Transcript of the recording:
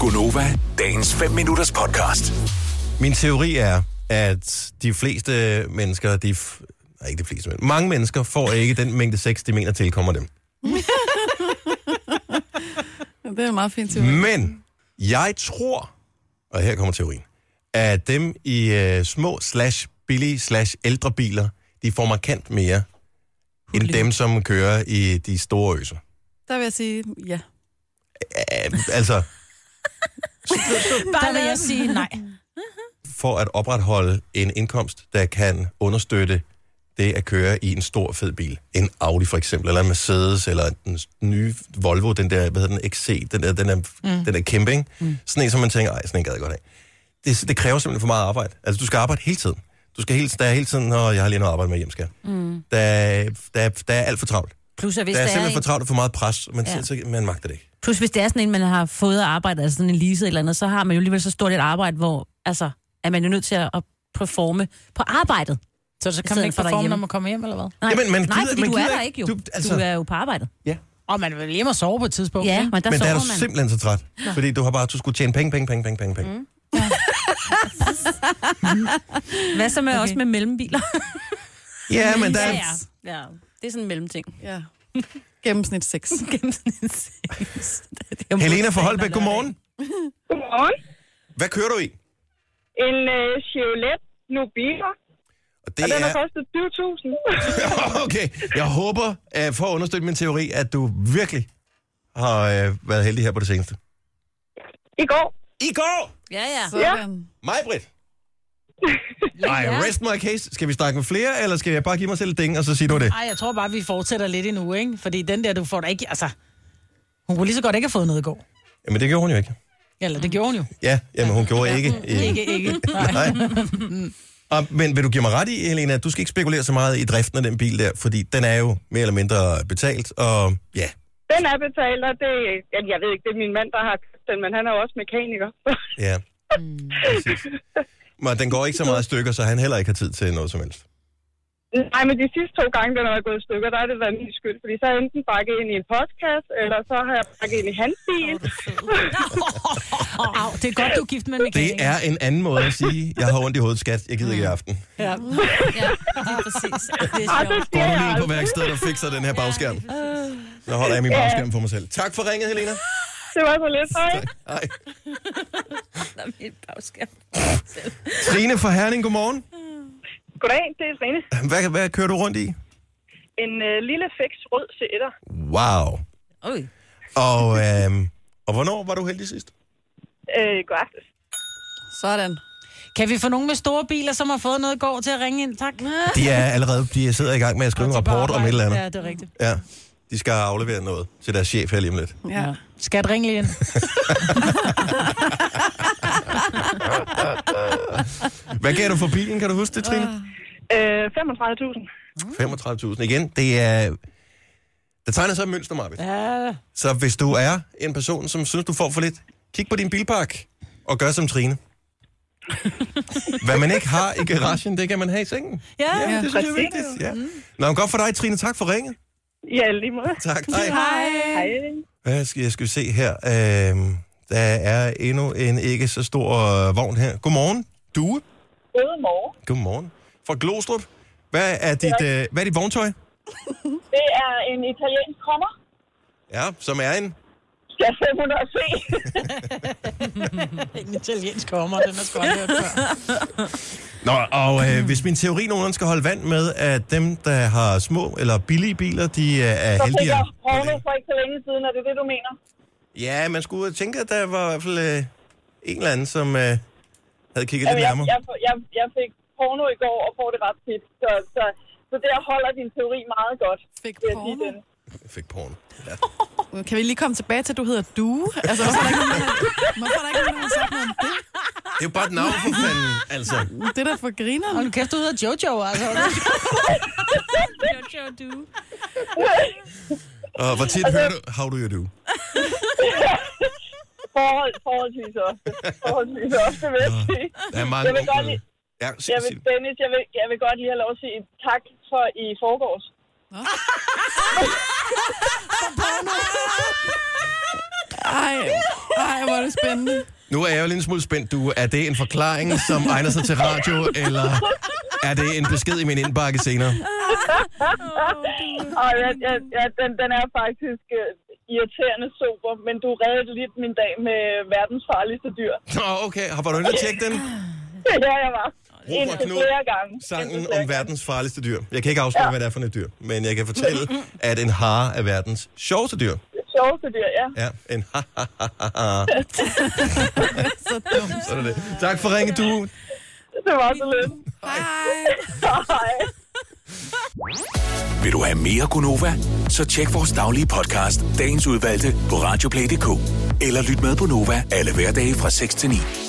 Gunova, dagens 5 minutters podcast. Min teori er, at de fleste mennesker, de f- nej, ikke de fleste, men mange mennesker får ikke den mængde sex, de mener tilkommer dem. Det er en meget fint teori. Men jeg tror, og her kommer teorien, at dem i øh, små slash billige slash ældre biler, de får markant mere end dem, som kører i de store øser. Der vil jeg sige, ja. Øh, altså, Der vil jeg sige nej. for at opretholde en indkomst, der kan understøtte det at køre i en stor fed bil. En Audi for eksempel, eller en Mercedes, eller den s- nye Volvo, den der, hvad hedder den, XC, den der, den der, mm. den der kæmpe, ikke? Mm. Sådan en, som man tænker, ej, sådan en gad jeg godt af. Det, det kræver simpelthen for meget arbejde. Altså, du skal arbejde hele tiden. Du skal hele, der er hele tiden, når jeg har lige noget arbejde med hjem, skal. Mm. Der, er- der, er- der er alt for travlt. Plus, at hvis der er det er simpelthen en, for travlt og for meget pres, men ja. Ja. så, man magter det ikke. plus hvis det er sådan en, man har fået at arbejde, altså sådan en lease eller andet, så har man jo alligevel så stort et arbejde, hvor altså, er man jo nødt til at at performe på arbejdet. Så, så kan I man stedet ikke for performe, derhjemme. når man kommer hjem, eller hvad? Nej, Jamen, man nej gider- fordi man du er gider der ikke. ikke jo. Du- Du, altså- altså... du er jo på arbejde. Og man vil hjem og sove på et tidspunkt. Ja, ikke? men der Men der er du sover man. simpelthen så træt, ja. fordi du har bare, du skulle tjene penge, penge, penge, penge, penge, penge. Mm. Hvad så med okay. også med mellembiler? Ja, men der er, ja. Det er sådan en mellemting. ja. Gennemsnit 6. Helena fra Holbæk, godmorgen. Godmorgen. Hvad kører du i? En øh, Chevrolet Nubira, Og og det den har er... kostet 20.000. Okay, jeg håber, øh, for at understøtte min teori, at du virkelig har øh, været heldig her på det seneste. I går. I går! Ja, ja. Sådan. Mig, Britt. Nej, rest my case. Skal vi snakke med flere, eller skal jeg bare give mig selv et ding, og så sige du det? Ej, jeg tror bare, vi fortsætter lidt endnu, ikke? Fordi den der, du får da ikke... Altså, hun kunne lige så godt ikke have fået noget i går. Jamen, det gjorde hun jo ikke. Eller det gjorde hun jo. Ja, jamen, hun gjorde ikke. Øh, Ikke, ikke. Nej. nej. Og, men vil du give mig ret i, Helena, at du skal ikke spekulere så meget i driften af den bil der, fordi den er jo mere eller mindre betalt, og ja, Den er betalt, og det, ja, jeg ved ikke, det er min mand, der har købt den, men han er jo også mekaniker. Ja. Præcis. Men den går ikke så meget i stykker, så han heller ikke har tid til noget som helst. Nej, men de sidste to gange, den er gået i stykker, der er det været min skyld, fordi så har jeg enten bakket ind i en podcast, eller så har jeg bakket ind i hans bil. Au, det er godt, du er gift med en mekaniker. Det er en anden måde at sige, jeg har ondt i hovedet, skat. Jeg gider ikke i aften. Ja. ja, lige præcis. Det er Og sjovt. det Går siger du jeg lige ind på aldrig. værkstedet og fikser den her bagskærm? Så holder jeg min bagskærm for mig selv. Tak for ringet, Helena. Det var så lidt, hej. Hej. Mit bagskærm. Trine fra Herning, godmorgen. Goddag, det er Trine. Hvad, hvad kører du rundt i? En øh, lille fix rød C1'er. Wow. Oj. Og, øhm, og hvornår var du heldig sidst? Øh, god aftes. Sådan. Kan vi få nogen med store biler, som har fået noget i går til at ringe ind? Tak. De er allerede, de sidder i gang med at skrive en rapport om et eller Ja, andet. det er rigtigt. Ja. De skal aflevere noget til deres chef her lige om lidt. Ja. Skat, ring lige ind. Hvad gav du for bilen, kan du huske det, Trine? Øh, 35.000. 35.000 igen, det er... Der tegner sig et mønster, Marvitt. Ja. Så hvis du er en person, som synes, du får for lidt, kig på din bilpark og gør som Trine. Hvad man ikke har i garagen, det kan man have i sengen. Ja, Mm. ja det synes jeg er vigtigt. Ja. Nå, men godt for dig, Trine. Tak for ringet. Ja, lige måde. Tak. Hej. Hej. Hvad skal, jeg skal vi se her? Øhm, der er endnu en ikke så stor øh, vogn her. Godmorgen, Due. Godmorgen. Godmorgen. Fra Glostrup. Hvad er dit, øh, hvad er dit vogntøj? Det er en italiensk kommer. Ja, som er en Skal 500 se. en italiensk kommer, den er sgu aldrig hørt før. Nå, og øh, hvis min teori nogenlunde skal holde vand med, at dem, der har små eller billige biler, de øh, er Så fik heldigere. jeg porno for ikke så længe siden, er det det, du mener? Ja, man skulle tænke, at der var i hvert fald øh, en eller anden, som øh, havde kigget lidt Jamen, Altså, jeg, nærmere. jeg, jeg, jeg fik porno i går og får det ret tit, så, så, så der holder din teori meget godt. Fik vil jeg sige, porno. den. Jeg fik porno. Ja. Kan vi lige komme tilbage til, at du hedder du? Altså, hvorfor er der ikke nogen, der har- hvorfor er der ikke nogen, der har sagt noget om det? Det er jo bare et navn for fanden, altså. Det er da for Og grineren. nu kæft, du hedder Jojo, altså. Jojo, du. Og hvor Altså- tit hører du, how do you do? Forhold, forholdsvis ofte. Forholdsvis ofte, vil jeg sige. Der er mange Jeg vil onkel- godt lige- Ja, sig, Jeg vil, sig. Dennis, jeg vil, jeg vil godt lige have lov at sige tak for i forgårs. Ej, ej, hvor er det spændende. Nu er jeg jo lidt en smule spændt. Du, er det en forklaring, som egner sig til radio, eller er det en besked i min indbakke senere? Og ja, ja, ja, den, den er faktisk øh, irriterende sober, men du reddede lidt min dag med verdens farligste dyr. Nå, okay. Har var du inde at tjekke den? Ja, jeg var. Indtil Knud, flere gange. Sangen Indtil flere om verdens farligste dyr. Jeg kan ikke afsløre, ja. hvad det er for et dyr, men jeg kan fortælle, at en hare er verdens sjoveste dyr. gange. Sjoveste dyr, ja. Ja, en ha ha ha ha Så er det det. Tak for ringe, du. Det var så lidt. Hej. Vil du have mere Gunova? Så tjek vores daglige podcast, dagens udvalgte, på radioplay.dk. Eller lyt med på Nova alle hverdage fra 6 til 9.